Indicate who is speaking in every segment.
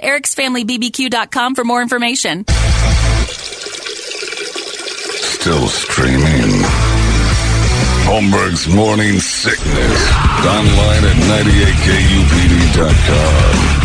Speaker 1: ericsfamilybbq.com for more information.
Speaker 2: Still streaming. Holmberg's Morning Sickness. Online at 98kupd.com.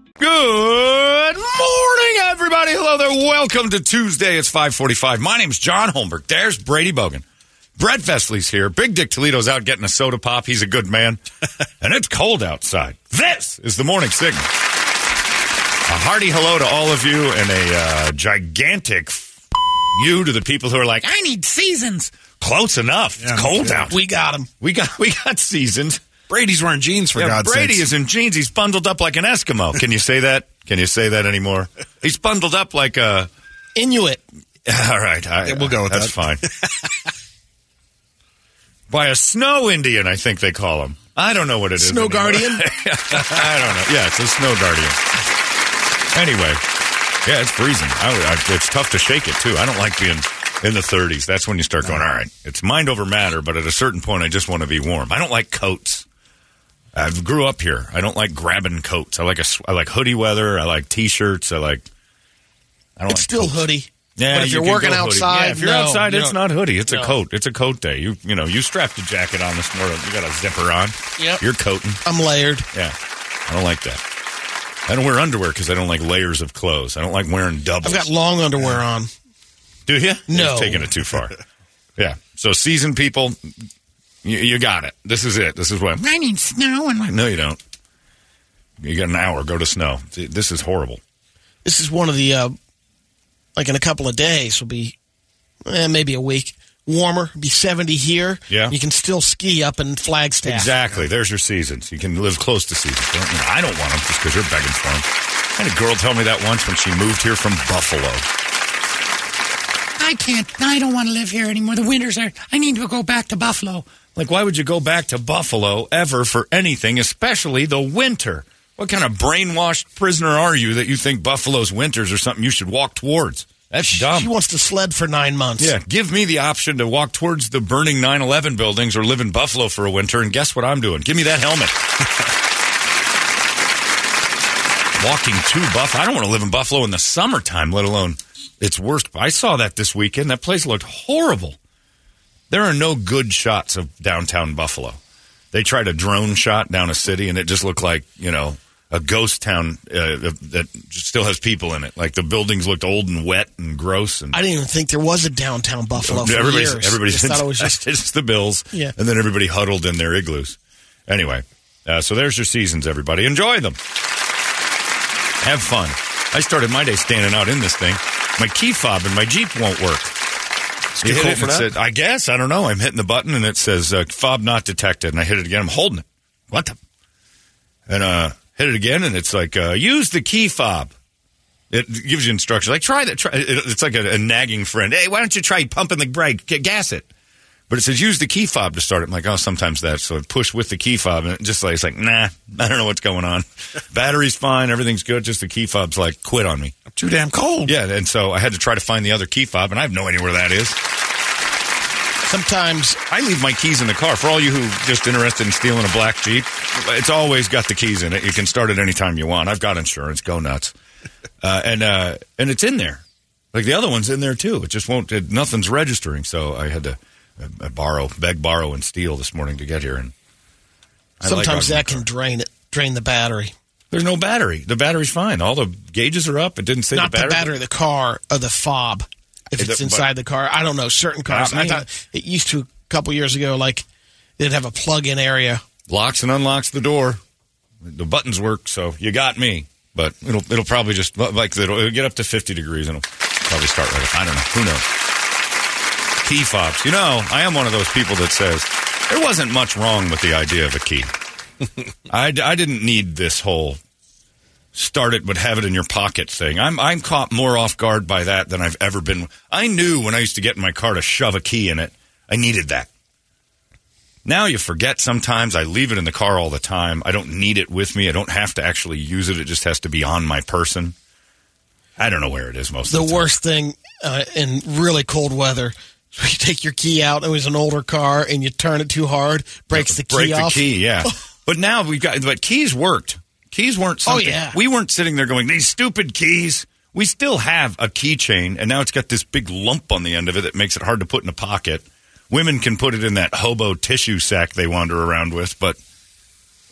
Speaker 3: Good morning, everybody. Hello there. Welcome to Tuesday. It's 545. My name's John Holmberg. There's Brady Bogan. Brett Vesley's here. Big Dick Toledo's out getting a soda pop. He's a good man. and it's cold outside. This is the morning signal. A hearty hello to all of you and a uh, gigantic f- you to the people who are like, I need seasons. Close enough. it's cold out.
Speaker 4: We got him.
Speaker 3: we got we got seasons.
Speaker 4: Brady's wearing jeans for
Speaker 3: Yeah,
Speaker 4: God's sake.
Speaker 3: Brady is in jeans. He's bundled up like an Eskimo. Can you say that? Can you say that anymore? He's bundled up like a.
Speaker 4: Inuit.
Speaker 3: All right, I,
Speaker 4: Yeah, we'll go with
Speaker 3: that's
Speaker 4: that.
Speaker 3: fine. By a snow Indian, I think they call him. I don't know what it is.
Speaker 4: Snow
Speaker 3: anymore.
Speaker 4: guardian?
Speaker 3: I don't know. Yeah, it's a snow guardian. Anyway, yeah, it's freezing. I, I, it's tough to shake it too. I don't like being in the 30s. That's when you start going. All
Speaker 4: Uh-huh.
Speaker 3: right, it's mind over matter. But at a certain point, I just want to be warm. I don't like coats. I grew up here. I don't like grabbing coats. I like a sw- I like hoodie weather. I like t-shirts. I like. I don't
Speaker 4: It's
Speaker 3: like
Speaker 4: still hoodie.
Speaker 3: yeah,
Speaker 4: but if
Speaker 3: you
Speaker 4: are
Speaker 3: can
Speaker 4: working
Speaker 3: go hoodie.
Speaker 4: outside,
Speaker 3: yeah, if you're
Speaker 4: no,
Speaker 3: outside,
Speaker 4: you
Speaker 3: it's
Speaker 4: don't.
Speaker 3: not hoodie. It's a
Speaker 4: No.
Speaker 3: coat. It's a coat day. You you know you strapped a jacket on this morning. You got a zipper on.
Speaker 4: Yep.
Speaker 3: You're coating.
Speaker 4: I'm layered.
Speaker 3: Yeah, I don't like that. I don't wear underwear because I don't like layers of clothes. I don't like wearing doubles.
Speaker 4: I've got long underwear on.
Speaker 3: Do you?
Speaker 4: No.
Speaker 3: You've taken it too far. yeah. So seasoned people, you, you got it. This is it. This is what I need snow and like. No, you don't. You got an hour. Go to snow. This is horrible.
Speaker 4: This is one of the, uh, like in a couple of days, will be eh, maybe a week warmer. Be 70 here.
Speaker 3: Yeah.
Speaker 4: You can still ski up in Flagstaff.
Speaker 3: Exactly. There's your seasons. You can live close to seasons. Don't, you know, I don't want them just because you're begging for them. I had a girl tell me that once when she moved here from Buffalo.
Speaker 5: I can't. I don't want to live here anymore. The winters are. I need to go back to Buffalo.
Speaker 3: Like, why would you go back to Buffalo ever for anything, especially the winter? What kind of brainwashed prisoner are you that you think Buffalo's winters are something you should walk towards? That's
Speaker 4: She
Speaker 3: dumb.
Speaker 4: wants to sled for nine months.
Speaker 3: Yeah, give me the option to walk towards the burning 9 11 buildings or live in Buffalo for a winter, and guess what I'm doing? Give me that helmet. Walking to Buffalo. I don't want to live in Buffalo in the summertime, let alone its worst. I saw that this weekend. That place looked horrible. There are no good shots of downtown Buffalo. They tried a drone shot down a city, and it just looked like, you know, a ghost town uh, that still has people in it. Like the buildings looked old and wet and gross. And
Speaker 4: I didn't even think there was a downtown Buffalo. For
Speaker 3: everybody's
Speaker 4: years.
Speaker 3: everybody's
Speaker 4: Just thought it was just.
Speaker 3: it's the Bills,
Speaker 4: Yeah.
Speaker 3: and then everybody huddled in their igloos. Anyway, uh, so there's your seasons, everybody. Enjoy them. Have fun. I started my day standing out in this thing. My key fob and my Jeep won't work. You hit
Speaker 4: cold
Speaker 3: it and
Speaker 4: for
Speaker 3: it
Speaker 4: that?
Speaker 3: said- I guess I don't know. I'm hitting the button and it says uh, fob not detected, and I hit it again. I'm holding it. What the? And uh, hit it again, and it's like uh, use the key fob. It gives you instructions. Like try that. Try, it, it's like a, a nagging friend. Hey, why don't you try pumping the brake? G- Gas it. But it says use the key fob to start it. I'm like, oh, sometimes that. So I push with the key fob, and it just like it's like, nah, I don't know what's going on. Battery's fine, everything's good. Just the key fob's like quit on me.
Speaker 4: Too damn cold.
Speaker 3: Yeah, and so I had to try to find the other key fob, and I have no idea where that is.
Speaker 4: Sometimes
Speaker 3: I leave my keys in the car. For all you who just interested in stealing a black Jeep, it's always got the keys in it. You can start it anytime you want. I've got insurance. Go nuts. Uh, and uh, and it's in there. Like the other one's in there too. It just won't. It, nothing's registering. So I had to uh, uh, borrow, beg, borrow, and steal this morning to get here. And I like
Speaker 4: sometimes
Speaker 3: having my
Speaker 4: that can
Speaker 3: car.
Speaker 4: drain it, drain the battery.
Speaker 3: There's no battery. The battery's fine. All the gauges are up. It didn't say
Speaker 4: Not
Speaker 3: the battery.
Speaker 4: the battery of the car, or the fob. If
Speaker 3: Is
Speaker 4: it's
Speaker 3: it- but-
Speaker 4: inside the car, I don't know. Certain cars,
Speaker 3: Not
Speaker 4: I
Speaker 3: me.
Speaker 4: thought it used to a couple years ago. Like they'd have a plug-in area.
Speaker 3: locks and unlocks the door. The buttons work, so you got me. But it'll it'll probably just like it'll, it'll get up to fifty degrees and it'll probably start right. up. I don't know. Who knows? Key fobs. You know, I am one of those people that says there wasn't much wrong with the idea of a key. I, d- I didn't need this whole start it but have it in your pocket thing. I'm I'm caught more off guard by that than I've ever been. I knew when I used to get in my car to shove a key in it. I needed that. Now you forget sometimes. I leave it in the car all the time. I don't need it with me. I don't have to actually use it. It just has to be on my person. I don't know where it is most
Speaker 4: the
Speaker 3: of the time.
Speaker 4: worst thing uh, in really cold weather. is You take your key out. It was an older car, and you turn it too hard, breaks the key
Speaker 3: break
Speaker 4: off.
Speaker 3: the key, yeah. but now we've got but keys worked. Keys weren't
Speaker 4: Oh,
Speaker 3: something
Speaker 4: yeah.
Speaker 3: we weren't sitting there going, These stupid keys. We still have a keychain and now it's got this big lump on the end of it that makes it hard to put in a pocket. Women can put it in that hobo tissue sack they wander around with, but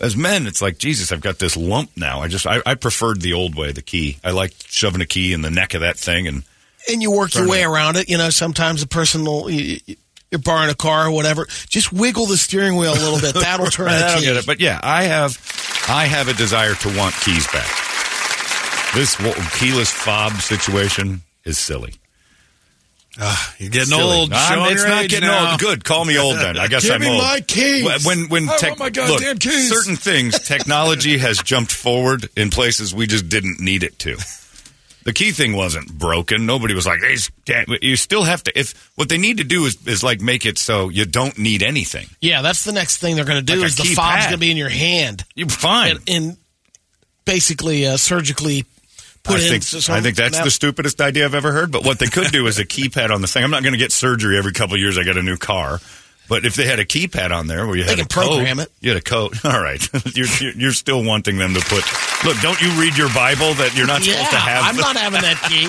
Speaker 3: as men, it's like, Jesus, I've got this lump now. I just I, I preferred the old way, the key. I liked shoving a key in the neck of that thing and
Speaker 4: and you work your
Speaker 3: Turn
Speaker 4: way
Speaker 3: it.
Speaker 4: around it. You know, sometimes a person will. You, you- you're borrowing a car or whatever. Just wiggle the steering wheel a little bit. That'll turn
Speaker 3: I
Speaker 4: the
Speaker 3: don't
Speaker 4: key.
Speaker 3: get it, but yeah, I have, I have a desire to want keys back. This w- keyless fob situation is silly.
Speaker 6: You're getting
Speaker 3: Silly.
Speaker 6: old.
Speaker 3: I'm-
Speaker 6: showing
Speaker 3: it's
Speaker 6: your
Speaker 3: not
Speaker 6: age
Speaker 3: getting
Speaker 6: now.
Speaker 3: old. Good, call me old then. I guess
Speaker 6: Give
Speaker 3: I'm
Speaker 6: me
Speaker 3: old.
Speaker 6: my keys.
Speaker 3: Wh- When when
Speaker 6: I
Speaker 3: tech,
Speaker 6: want my goddamn
Speaker 3: look,
Speaker 6: keys.
Speaker 3: Certain things, technology has jumped forward in places we just didn't need it to. The key thing wasn't broken. Nobody was like, "These damn-" you still have to. If what they need to do is is like make it so you don't need anything.
Speaker 4: Yeah, that's the next thing they're going to do
Speaker 3: Like a
Speaker 4: is the
Speaker 3: keypad.
Speaker 4: fob's going to be in your hand
Speaker 3: You're fine.
Speaker 4: and, and basically uh, surgically put
Speaker 3: I
Speaker 4: in.
Speaker 3: think,
Speaker 4: some-
Speaker 3: I think that's
Speaker 4: that-
Speaker 3: the stupidest idea I've ever heard. But what they could do is a keypad on the thing. I'm not going to get surgery every couple of years. I get a new car. But if they had a keypad on there where you had
Speaker 4: can
Speaker 3: a code-
Speaker 4: program it.
Speaker 3: you had a code. All right, you're, you're you're still wanting them to put. Look, don't you read your Bible that you're not
Speaker 4: Yeah,
Speaker 3: supposed to have?
Speaker 4: I'm not having that key.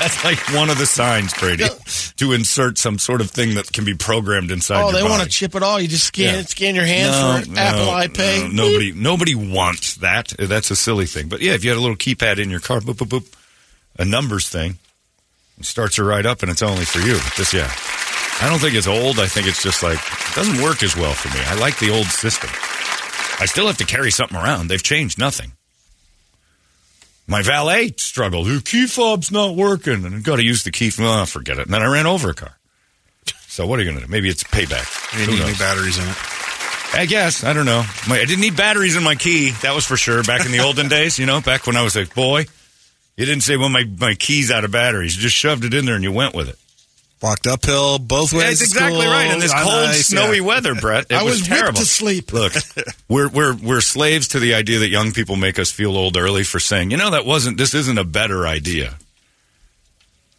Speaker 3: that's like one of the signs, Brady,
Speaker 4: No.
Speaker 3: to insert some sort of thing that can be programmed inside.
Speaker 4: oh,
Speaker 3: your
Speaker 4: they
Speaker 3: body.
Speaker 4: want to chip it all. You just scan
Speaker 3: Yeah.
Speaker 4: scan your hand for it. Apple iPay.
Speaker 3: no, nobody, nobody wants that. Uh, That's a silly thing. But yeah, if you had a little keypad in your car, boop, boop, boop, a numbers thing, it starts you right up, and it's only for you. But this, yeah, I don't think it's old. I think it's just like it doesn't work as well for me. I like the old system. I still have to carry something around. They've changed nothing. My valet struggled. The key fob's not working, and I've got to use the key. Oh, forget it. And then I ran over a car. So what are you going to do? Maybe it's payback.
Speaker 6: You
Speaker 3: Who
Speaker 6: need
Speaker 3: knows?
Speaker 6: new batteries in it.
Speaker 3: I guess. I don't know. My, I didn't need batteries in my key. That was for sure. Back in the olden days, you know, back when I was a boy, you didn't say, well, my, my key's out of batteries. You just shoved it in there and you went with it.
Speaker 6: Walked uphill both ways.
Speaker 3: Yeah, that's
Speaker 6: to
Speaker 3: exactly
Speaker 6: school,
Speaker 3: right. In this
Speaker 6: on
Speaker 3: cold,
Speaker 6: ice,
Speaker 3: snowy
Speaker 6: yeah.
Speaker 3: weather, Brett, it
Speaker 4: I
Speaker 3: was,
Speaker 4: was whipped
Speaker 3: terrible.
Speaker 4: to sleep.
Speaker 3: Look, we're we're we're slaves to the idea that young people make us feel old early for saying, you know, that wasn't. This isn't a better idea.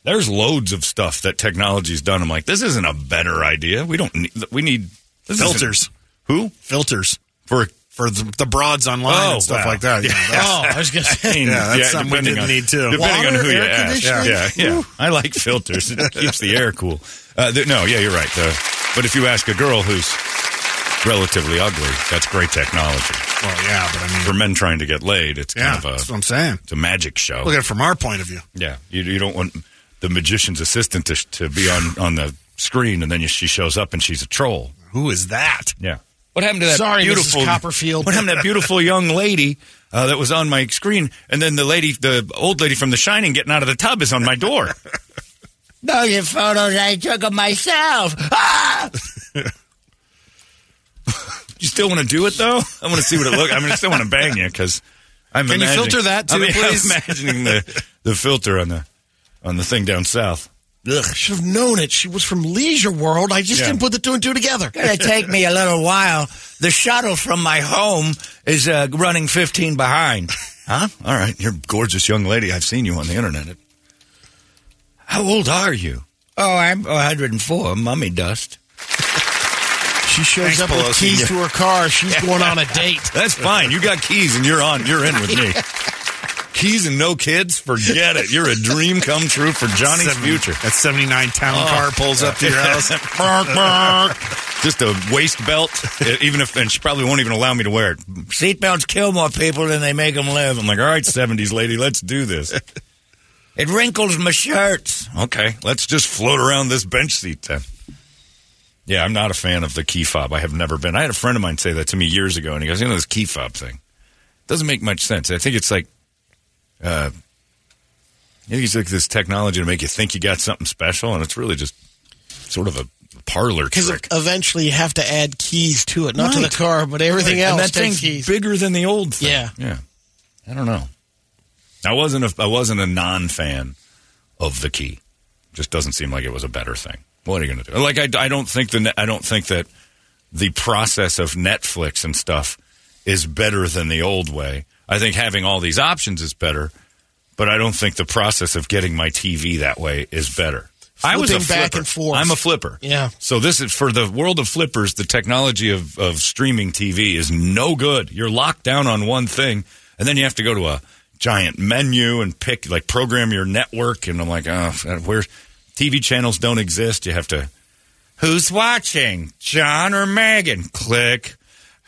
Speaker 3: There's loads of stuff that technology's done. I'm like, this isn't a better idea. We don't. Need, we need this isn't-
Speaker 6: Filters.
Speaker 3: Who
Speaker 6: Filters
Speaker 3: for?
Speaker 6: for the, the broads online
Speaker 3: Oh,
Speaker 6: and stuff
Speaker 3: wow.
Speaker 6: like that. you know.
Speaker 3: Yeah.
Speaker 4: Oh, I was going to say.
Speaker 3: I mean,
Speaker 6: Yeah, that's something we
Speaker 3: depending
Speaker 6: didn't need, too.
Speaker 3: Depending on
Speaker 4: Water,
Speaker 3: who you
Speaker 4: air
Speaker 3: ask. Yeah,
Speaker 4: conditioning.
Speaker 3: yeah. I like filters. It keeps the air cool. Uh, th- no, yeah, you're right. Uh, but if you ask a girl who's relatively ugly, that's great technology.
Speaker 6: Well, yeah, but I
Speaker 3: For
Speaker 6: mean,
Speaker 3: men trying to get laid, it's
Speaker 6: yeah,
Speaker 3: kind
Speaker 6: that's
Speaker 3: of
Speaker 6: what
Speaker 3: a,
Speaker 6: I'm saying.
Speaker 3: it's a magic show.
Speaker 6: Look at it from our point of view.
Speaker 3: Yeah, you, you don't want the magician's assistant to, sh- to be on, on the screen, and then you, she shows up and she's a troll.
Speaker 6: Who is that?
Speaker 3: Yeah. What happened to that
Speaker 4: Sorry, Mrs.
Speaker 3: beautiful
Speaker 4: Copperfield.
Speaker 3: What happened to that beautiful young lady uh, that was on my screen? And then the lady, the old lady from The Shining, getting out of the tub is on my door.
Speaker 7: Those are photos I took of myself.
Speaker 3: you still want to do it though? I want to see what it looks. I mean, I still want to bang you because I'm.
Speaker 6: Can you
Speaker 3: imagining-
Speaker 6: filter that,
Speaker 3: I
Speaker 6: too,
Speaker 3: mean,
Speaker 6: please?
Speaker 3: I'm imagining the the filter on the on the thing down south.
Speaker 4: I should have known it. She was from Leisure World. I just
Speaker 3: Yeah.
Speaker 4: didn't put the two and two together.
Speaker 7: Gonna take me a little while. The shuttle from my home is uh, running 15 behind.
Speaker 3: Huh? All right, you're a gorgeous young lady. I've seen you on the internet. How old are you?
Speaker 7: Oh, I'm 104. Mummy dust.
Speaker 4: She shows
Speaker 3: Thanks,
Speaker 4: up
Speaker 3: Pelosi.
Speaker 4: with keys to her car. She's going on a date.
Speaker 3: That's fine. You got keys and you're on. You're in with me. keys and no kids? Forget it. You're a dream come true for Johnny's
Speaker 6: Seven-
Speaker 3: future. Oh.
Speaker 6: That 79 town car pulls up to your house.
Speaker 3: Bark, bark. Just a waist belt, eh, even if, and she probably won't even allow me to wear it.
Speaker 7: Seatbelts kill more people than they make them live.
Speaker 3: I'm like, all right, 70s lady, let's do this.
Speaker 7: It wrinkles my shirts.
Speaker 3: Okay, let's just float around this bench seat then. Yeah, I'm not a fan of the key fob. I have never been. I had a friend of mine say that to me years ago, and he goes, "You know this key fob thing doesn't make much sense." I think it's like, uh, I think it's like this technology to make you think you got something special, and it's really just sort of a parlor
Speaker 4: Because
Speaker 3: trick.
Speaker 4: eventually you have to add keys to it, not to
Speaker 3: Right.
Speaker 4: the car, but everything
Speaker 3: and
Speaker 4: else.
Speaker 3: that
Speaker 4: takes
Speaker 3: thing's
Speaker 4: keys.
Speaker 3: bigger than the old thing.
Speaker 4: Yeah.
Speaker 3: yeah. I don't know. I wasn't a I wasn't a non fan of the key. Just doesn't seem like it was a better thing. What are you going to do? Like I, I don't think the ne- I don't think that the process of Netflix and stuff is better than the old way. I think having all these options is better, but I don't think the process of getting my TV that way is better. I was a
Speaker 4: Flipping back
Speaker 3: flipper.
Speaker 4: and forth.
Speaker 3: I'm a flipper.
Speaker 4: Yeah.
Speaker 3: So this is for the world of flippers. The technology of, of streaming TV is no good. You're locked down on one thing, and then you have to go to a giant menu and pick like program your network. And I'm like, oh, where TV channels don't exist. You have to. Who's watching? John or Megan? Click.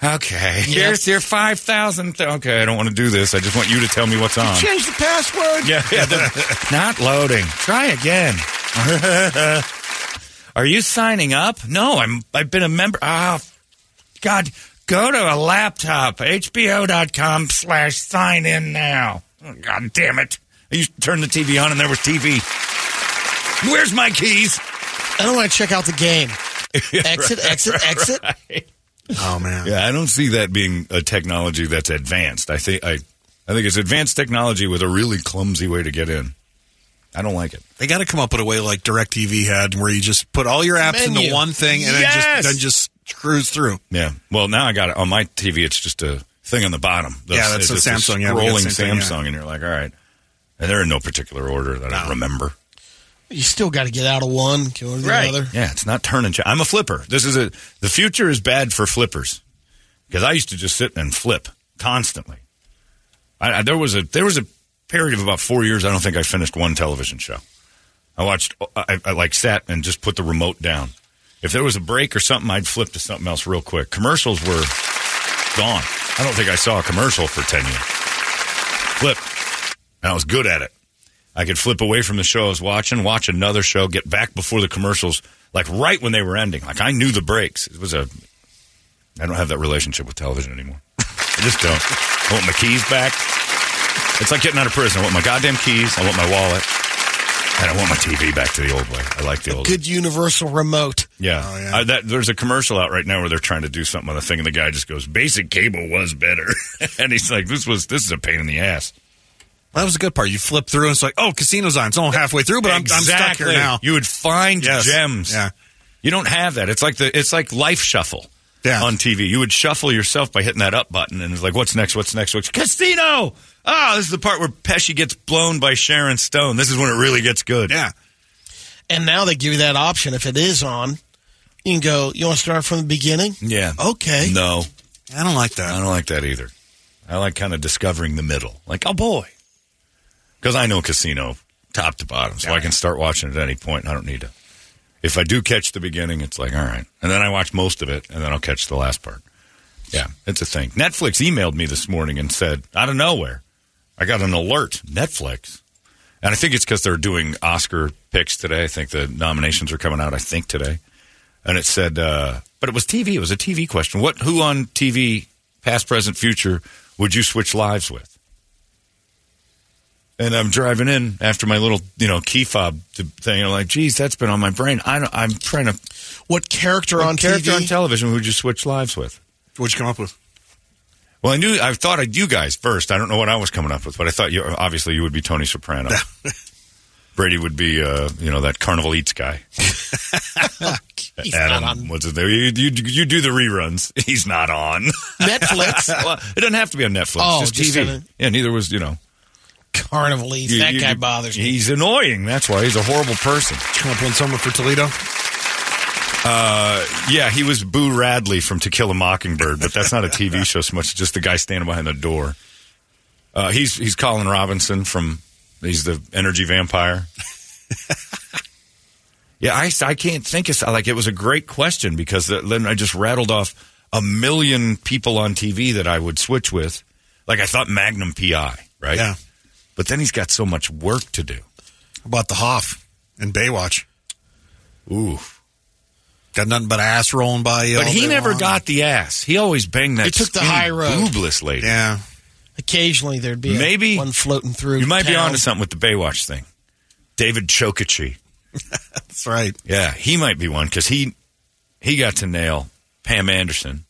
Speaker 3: Okay. Here's your five thousand. okay, I don't want to do this. I just want you to tell me what's on.
Speaker 7: Change the password.
Speaker 3: Yeah, yeah. the- not loading. Try again. Are you signing up? No, I'm. I've been a member. Ah, God, go to a laptop. HBO.com slash sign in now. Oh, God damn it! I used to turn the TV on and there was TV. Where's my keys?
Speaker 4: I don't want to check out the game. Exit, exit, exit.
Speaker 6: Oh, man.
Speaker 3: Yeah, I don't see that being a technology that's advanced. I think I, I think it's advanced technology with a really clumsy way to get in. I don't like it.
Speaker 6: They got to come up with a way like DirecTV had where you just put all your apps
Speaker 4: Menu.
Speaker 6: into one thing and
Speaker 3: Yes!
Speaker 6: then, just, then just cruise through.
Speaker 3: Yeah. Well, now I got it on my TV. It's just a thing on the bottom. The-
Speaker 6: Yeah, that's
Speaker 3: it's
Speaker 6: the
Speaker 3: just a
Speaker 6: Samsung. Yeah, we got
Speaker 3: Scrolling
Speaker 6: the same thing,
Speaker 3: Samsung,
Speaker 6: yeah.
Speaker 3: and you're like, all right. And they're in no particular order that I don't remember.
Speaker 4: You still got to get out of one, go to the other.
Speaker 3: Yeah, it's not turning. Ch- I'm a flipper. This is a the future is bad for flippers because I used to just sit and flip constantly. I, I there was a there was a period of about four years. I don't think I finished one television show. I watched. I, I like sat and just put the remote down. If there was a break or something, I'd flip to something else real quick. Commercials were gone. I don't think I saw a commercial for ten years. Flip, and I was good at it. I could flip away from the show I was watching, watch another show, get back before the commercials, like right when they were ending. Like I knew the breaks. It was a. I don't have that relationship with television anymore. I just don't. I want my keys back. It's like getting out of prison. I want my goddamn keys. I want my wallet. And I want my TV back to the old way. I like the old.
Speaker 4: Good universal remote.
Speaker 3: Yeah.
Speaker 6: Oh, yeah.
Speaker 3: I, that, there's a commercial out right now where they're trying to do something on the thing, and the guy just goes, "Basic cable was better," and he's like, "This was this is a pain in the ass."
Speaker 6: That was a good part. You flip through and it's like, oh, casino's on. It's only halfway through, but I'm, I'm stuck
Speaker 3: Exactly.
Speaker 6: here now.
Speaker 3: You would find
Speaker 6: Yes.
Speaker 3: gems.
Speaker 6: Yeah.
Speaker 3: You don't have that. It's like the it's like life shuffle
Speaker 6: Yeah.
Speaker 3: on TV. You would shuffle yourself by hitting that up button and it's like what's next, what's next, what's casino. Ah, this is the part where Pesci gets blown by Sharon Stone. This is when it really gets good.
Speaker 6: Yeah.
Speaker 4: And now they give you that option. If it is on, you can go, you want to start from the beginning?
Speaker 3: Yeah.
Speaker 6: Oh.
Speaker 4: Okay.
Speaker 3: No.
Speaker 6: I don't like
Speaker 3: I
Speaker 6: that.
Speaker 3: don't like that either. I like kind of discovering the middle. Like, oh boy. Because I know casino top to bottom, so I can start watching at any point. and I don't need to. If I do catch the beginning, it's like, all right. And then I watch most of it, and then I'll catch the last part. Yeah, it's a thing. Netflix emailed me this morning and said, out of nowhere, I got an alert. Netflix. And I think it's because they're doing Oscar picks today. I think the nominations are coming out, I think, today and it said, uh, but it was TV. It was a TV question. What, who on TV, past, present, future, would you switch lives with? And I'm driving in after my little, you know, key fob to- thing. I'm like, geez, that's been on my brain. I don't, I'm trying to
Speaker 4: What character on
Speaker 3: character
Speaker 4: TV?
Speaker 3: on television. Would you switch lives with?
Speaker 6: What'd you come up with?
Speaker 3: Well, I knew I thought of you guys first. I don't know what I was coming up with, but I thought you obviously you would be Tony Soprano. Brady would be, uh, you know, that Carnival Eats guy.
Speaker 4: He's
Speaker 3: Adam,
Speaker 4: not on
Speaker 3: what's his name? You, you, you do the reruns. He's not on.
Speaker 4: Netflix.
Speaker 3: well, it doesn't have to be on Netflix.
Speaker 4: Oh,
Speaker 3: just
Speaker 4: just
Speaker 3: TV.
Speaker 4: on a-
Speaker 3: yeah, neither was you know.
Speaker 4: carnival eats.
Speaker 3: You-
Speaker 4: that
Speaker 3: you-
Speaker 4: guy bothers me.
Speaker 3: He's annoying. That's why he's a horrible person.
Speaker 6: Come up one summer for Toledo.
Speaker 3: Yeah, he was Boo Radley from To Kill a Mockingbird, but that's not a TV show so much as just the guy standing behind the door. Uh, he's he's Colin Robinson from he's the energy vampire. yeah, I, I can't think of like it was a great question because the, then I just rattled off a million people on TV that I would switch with. Like I thought Magnum PI, right?
Speaker 6: Yeah.
Speaker 3: But then he's got so much work to do.
Speaker 6: About the Hoff and Baywatch.
Speaker 3: Ooh.
Speaker 6: Got nothing but ass rolling by you.
Speaker 3: But
Speaker 6: all
Speaker 3: he
Speaker 6: day
Speaker 3: never
Speaker 6: long.
Speaker 3: got the ass. He always banged that
Speaker 4: He took the
Speaker 3: skinny,
Speaker 4: high road.
Speaker 3: boobless lady.
Speaker 6: Yeah.
Speaker 4: Occasionally there'd be a-
Speaker 3: Maybe-
Speaker 4: one floating through.
Speaker 3: You might be
Speaker 4: town.
Speaker 3: onto something with the Baywatch thing. David Chokichi.
Speaker 6: That's right.
Speaker 3: Yeah, he might be one because he he got to nail Pam Anderson,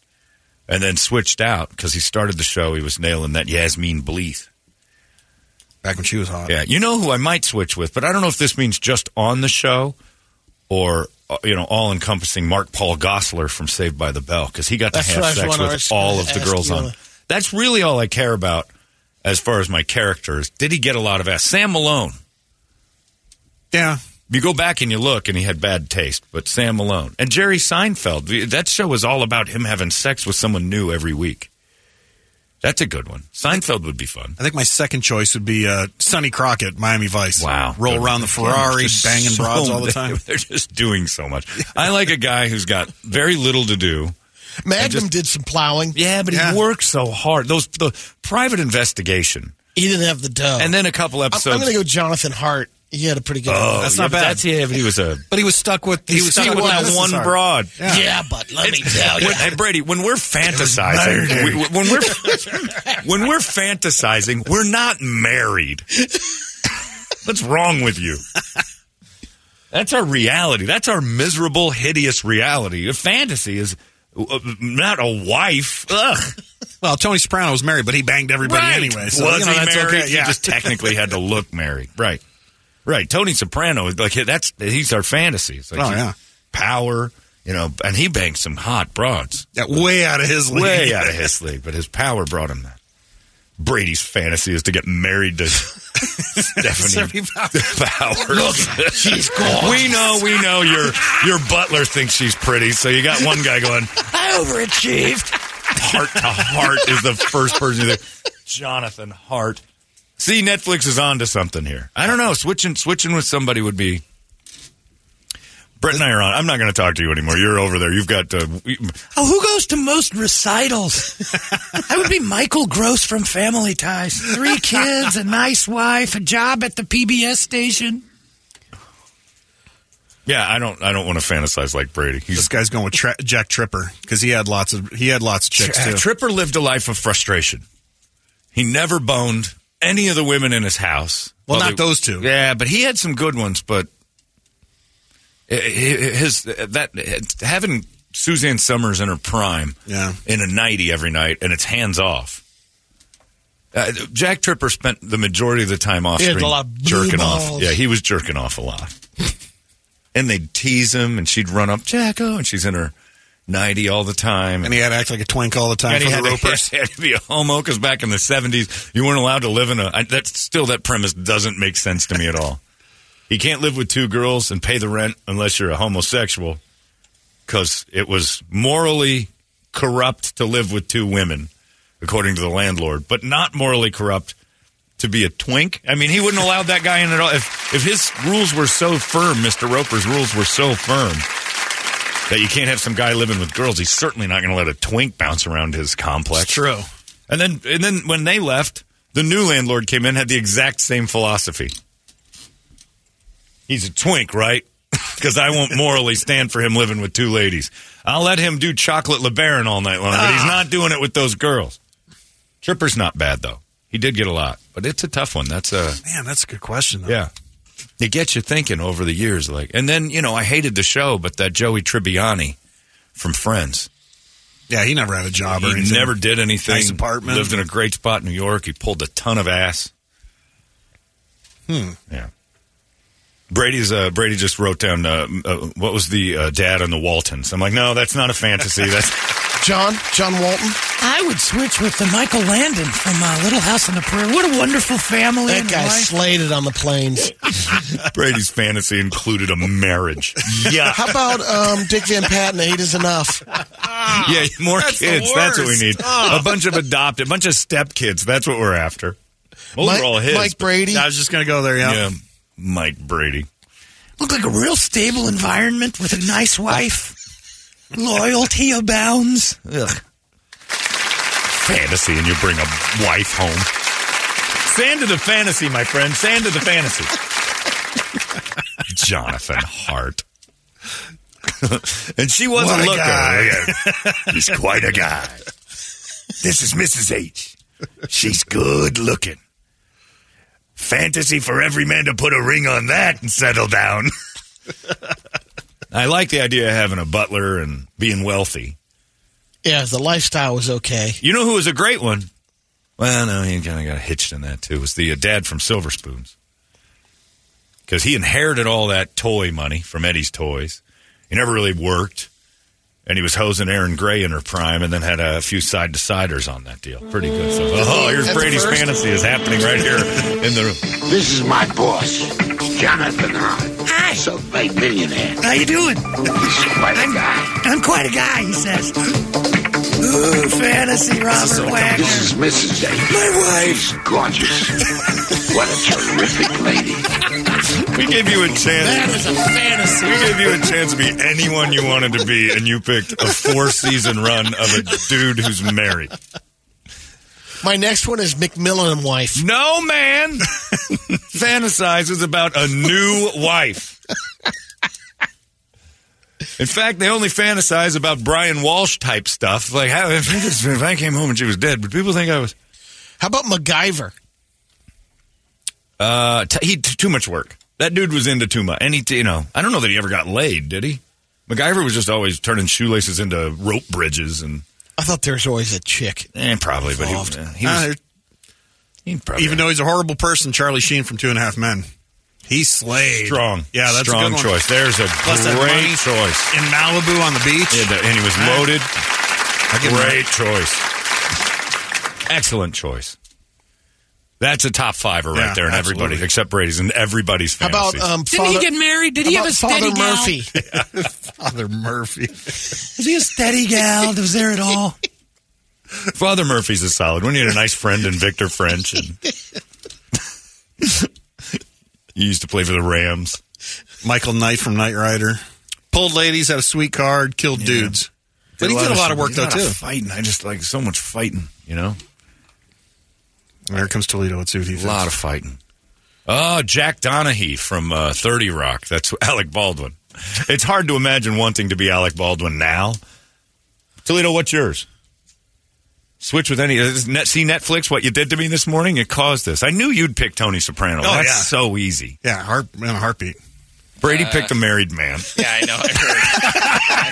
Speaker 3: and then switched out because he started the show. He was nailing that Yasmin Bleeth.
Speaker 6: Back when she was hot.
Speaker 3: Yeah, you know who I might switch with, but I don't know if this means just on the show or uh, you know all encompassing Mark Paul Gossler from Saved by the Bell because he got to
Speaker 4: That's
Speaker 3: have
Speaker 4: what I was
Speaker 3: sex
Speaker 4: wondering.
Speaker 3: with
Speaker 4: I was
Speaker 3: all
Speaker 4: gonna
Speaker 3: of the
Speaker 4: ask
Speaker 3: girls
Speaker 4: you
Speaker 3: on.
Speaker 4: that.
Speaker 3: That's really all I care about as far as my characters. Did he get a lot of ass? Sam Malone.
Speaker 6: Yeah.
Speaker 3: You go back and you look, and he had bad taste. But Sam Malone and Jerry Seinfeld. the- That show was all about him having sex with someone new every week. That's a good one. Seinfeld would be fun.
Speaker 6: I think my second choice would be uh, Sonny Crockett, Miami Vice.
Speaker 3: Wow.
Speaker 6: Roll around the Ferrari,
Speaker 3: Just
Speaker 6: banging
Speaker 3: so
Speaker 6: broads all the
Speaker 3: many-
Speaker 6: time.
Speaker 3: They're just doing so much. I like a guy who's got very little to do.
Speaker 4: Magnum
Speaker 3: just-
Speaker 4: did some plowing.
Speaker 3: Yeah, but
Speaker 6: Yeah.
Speaker 3: he works so hard. Those the private investigation,
Speaker 4: He didn't have the dough.
Speaker 3: and then a couple
Speaker 4: I'm,
Speaker 3: episodes.
Speaker 4: I'm going to go Jonathan Hart. He had a pretty good. Oh,
Speaker 6: That's not
Speaker 3: but
Speaker 6: bad.
Speaker 3: That's yeah, but he was a.
Speaker 6: But he was stuck with he,
Speaker 3: He was stuck with that one broad.
Speaker 4: yeah. but let me tell you,
Speaker 3: When, hey Brady, when we're fantasizing, we- when we're when we're fantasizing, we're not married. What's wrong with you? That's our reality. That's our miserable, hideous reality. A fantasy is uh, not a wife. Ugh.
Speaker 6: Well, Tony Soprano was married, but he banged everybody
Speaker 3: Right.
Speaker 6: anyway. So
Speaker 3: was
Speaker 6: you know,
Speaker 3: he
Speaker 6: that's
Speaker 3: married?
Speaker 6: Okay.
Speaker 3: He
Speaker 6: Yeah.
Speaker 3: just technically had to look married. Right. Right. Tony Soprano is like that's he's our fantasy. It's like
Speaker 6: Oh,
Speaker 3: he-
Speaker 6: yeah.
Speaker 3: power, you know, and he banged some hot broads.
Speaker 6: Yeah, way out of his league.
Speaker 3: way out of his league, but his power brought him that. Brady's fantasy is to get married to Stephanie Powers. Look, she's gorgeous. We know, we know your your butler thinks she's pretty, so you got one guy going, I overachieved. Heart to heart is the first person you think. Jonathan Hart. See, Netflix is on to something here. I don't know. Switching switching with somebody would be Brett and I are on. I'm not going to talk to you anymore. You're over there. You've got. Uh, we-
Speaker 7: Oh, who goes to most recitals? that would be Michael Gross from Family Ties.
Speaker 5: Three kids, a nice wife, a job at the PBS station.
Speaker 3: yeah, I don't. I don't want to fantasize like Brady.
Speaker 6: This
Speaker 3: He's
Speaker 6: guy's going with Tra- Jack Tripper because he had lots of he had lots of chicks too.
Speaker 3: Tripper lived a life of frustration. He never boned any of the women in his house.
Speaker 6: Well, not
Speaker 3: they-
Speaker 6: those two.
Speaker 3: Yeah, but he had some good ones. But i- i- his that having Suzanne Summers in her prime,
Speaker 6: Yeah.
Speaker 3: in a nighty every night, and it's hands off. Uh, Jack Tripper spent the majority of the time off
Speaker 4: He had
Speaker 3: screen
Speaker 4: a lot of blue
Speaker 3: jerking off.
Speaker 4: balls.
Speaker 3: Yeah, he was jerking off a lot. and they'd tease him, and she'd run up, Jacko, and she's in her nighty all the time.
Speaker 6: and he had to act like a twink all the time
Speaker 3: And
Speaker 6: for
Speaker 3: he
Speaker 6: the
Speaker 3: had, to,
Speaker 6: ropers.
Speaker 3: he had to be a homo because back in the seventies, you weren't allowed to live in a. I, that's still that premise doesn't make sense to me at all. You can't live with two girls and pay the rent unless you're a homosexual, because it was morally corrupt to live with two women, according to the landlord, but not morally corrupt to be a twink. I mean, he wouldn't allow that guy in at all. If if his rules were so firm, Mister Roper's rules were so firm that you can't have some guy living with girls. He's certainly not going to let a twink bounce around his complex.
Speaker 6: True.
Speaker 3: And then and then when they left, the new landlord came in had the exact same philosophy. He's a twink, right? Because I won't morally stand for him living with two ladies. I'll let him do chocolate LeBaron all night long, but he's not doing it with those girls. Tripper's not bad though. He did get a lot, but it's a tough one. That's a
Speaker 6: Man, that's a good question. Though.
Speaker 3: yeah. It gets you thinking over the years, like, and then you know I hated the show, but that Joey Tribbiani from Friends,
Speaker 6: yeah, he never had a job or
Speaker 3: he
Speaker 6: anything.
Speaker 3: never did anything.
Speaker 6: Nice apartment.
Speaker 3: lived in a great spot in New York. He pulled a ton of ass. Hmm. Yeah. Brady's uh, Brady just wrote down uh, uh, what was the uh, dad on the Waltons. I'm like, no, that's not a fantasy. That's
Speaker 4: John, John Walton.
Speaker 5: I would switch with the Michael Landon from uh, Little House on the Prairie. What a wonderful family.
Speaker 4: That
Speaker 5: and
Speaker 4: guy
Speaker 5: wife.
Speaker 4: slayed it on the plains.
Speaker 3: Brady's fantasy included a marriage. Yeah.
Speaker 4: How about um, Dick Van Patten? Eight is enough.
Speaker 3: yeah, more
Speaker 6: the
Speaker 3: kids. That's what we
Speaker 6: worst.
Speaker 3: need. A bunch of adopted, a bunch of step kids. That's what we're after. Those
Speaker 4: Mike-
Speaker 3: are all his.
Speaker 4: Mike
Speaker 3: but-
Speaker 4: Brady.
Speaker 6: I was just going to go there, yeah.
Speaker 3: Yeah, Mike Brady.
Speaker 5: Looked like a real stable environment with a nice wife. Loyalty abounds.
Speaker 3: Fantasy, and you bring a wife home. Sand to the fantasy, my friend. Sand to the fantasy. Jonathan Hart. and she was
Speaker 6: What
Speaker 3: a
Speaker 6: a
Speaker 3: looker.
Speaker 6: guy.
Speaker 3: He's quite a guy. This is Mrs. H. She's good looking. Fantasy for every man to put a ring on that and settle down. I like the idea of having a butler and being wealthy.
Speaker 4: Yeah, the lifestyle was okay.
Speaker 3: You know who was a great one? Well, no, he kind of got hitched in that too. Was the uh, dad from Silver Spoons? Because he inherited all that toy money from Eddie's Toys. He never really worked, and he was hosing Aaron Gray in her prime, and then had a few side to siders on that deal. Pretty good stuff. Oh, here's
Speaker 4: That's the
Speaker 3: Brady's
Speaker 4: first.
Speaker 3: fantasy is happening right here in the room.
Speaker 8: This is my boss, Jonathan Hart.
Speaker 5: Hi.
Speaker 8: So big millionaire.
Speaker 5: How you doing?
Speaker 8: He's quite a guy.
Speaker 5: I'm quite a guy, he says. Ooh, fantasy, Robert Wagner.
Speaker 8: This is Mrs. A. My wife's gorgeous. what a terrific lady.
Speaker 3: We gave you a chance.
Speaker 4: is a fantasy.
Speaker 3: We gave you a chance to be anyone you wanted to be, and you picked a four season run of a dude who's married.
Speaker 4: My next one is McMillan and wife.
Speaker 3: No man fantasizes about a new wife. In fact, they only fantasize about Brian Walsh type stuff. Like, how, if, if I came home and she was dead, would people think I was?
Speaker 4: How about MacGyver?
Speaker 3: Uh, t- he t- too much work. That dude was into too much. And he, t- you know, I don't know that he ever got laid, did he? MacGyver was just always turning shoelaces into rope bridges and,
Speaker 4: I thought there was always a chick.
Speaker 3: eh, probably, but he,
Speaker 4: Involved.
Speaker 3: eh, he
Speaker 6: Ah,
Speaker 3: was,
Speaker 6: there-
Speaker 3: he probably
Speaker 6: even though he's a horrible person, Charlie Sheen from Two and a Half Men. He slayed.
Speaker 3: strong.
Speaker 6: Yeah, that's
Speaker 3: strong
Speaker 6: a good one.
Speaker 3: choice. There's a
Speaker 6: Plus that
Speaker 3: great
Speaker 6: money.
Speaker 3: choice.
Speaker 6: In Malibu on the beach.
Speaker 3: Yeah, and he was loaded.
Speaker 6: give him
Speaker 3: Great choice. Excellent choice. That's a top fiver right
Speaker 6: Yeah,
Speaker 3: there, and
Speaker 6: absolutely.
Speaker 3: everybody except Brady's and everybody's
Speaker 4: How about
Speaker 3: fantasies.
Speaker 4: um,
Speaker 5: Didn't
Speaker 4: Father?
Speaker 5: he get married? Did
Speaker 4: how
Speaker 5: he have
Speaker 4: about
Speaker 5: a steady
Speaker 4: Father
Speaker 5: gal?
Speaker 4: Murphy? Oh,
Speaker 6: Father Murphy.
Speaker 5: Was he a steady gal? Was there at all?
Speaker 3: Father Murphy's is solid. We need a nice friend in Victor French. And he used to play for the Rams.
Speaker 6: Michael Knight from Knight Rider. Pulled ladies, had a sweet card, killed dudes. But he did a lot of work
Speaker 3: a
Speaker 6: though
Speaker 3: lot of
Speaker 6: too.
Speaker 3: Fighting, I just like so much fighting. You know,
Speaker 6: And Here comes Toledo. Let's see what he thinks.
Speaker 3: a lot of fighting. Oh, Jack Donahue from uh, 30 Rock. That's Alec Baldwin. It's hard to imagine wanting to be Alec Baldwin now. Toledo, what's yours? Switch with any. is Net, see Netflix, what you did to me this morning? It caused this. I knew you'd pick Tony Soprano.
Speaker 6: Oh,
Speaker 3: That's
Speaker 6: yeah.
Speaker 3: so easy.
Speaker 6: yeah, heart in a heartbeat.
Speaker 3: Brady picked a married man.
Speaker 9: Uh, Yeah, I know.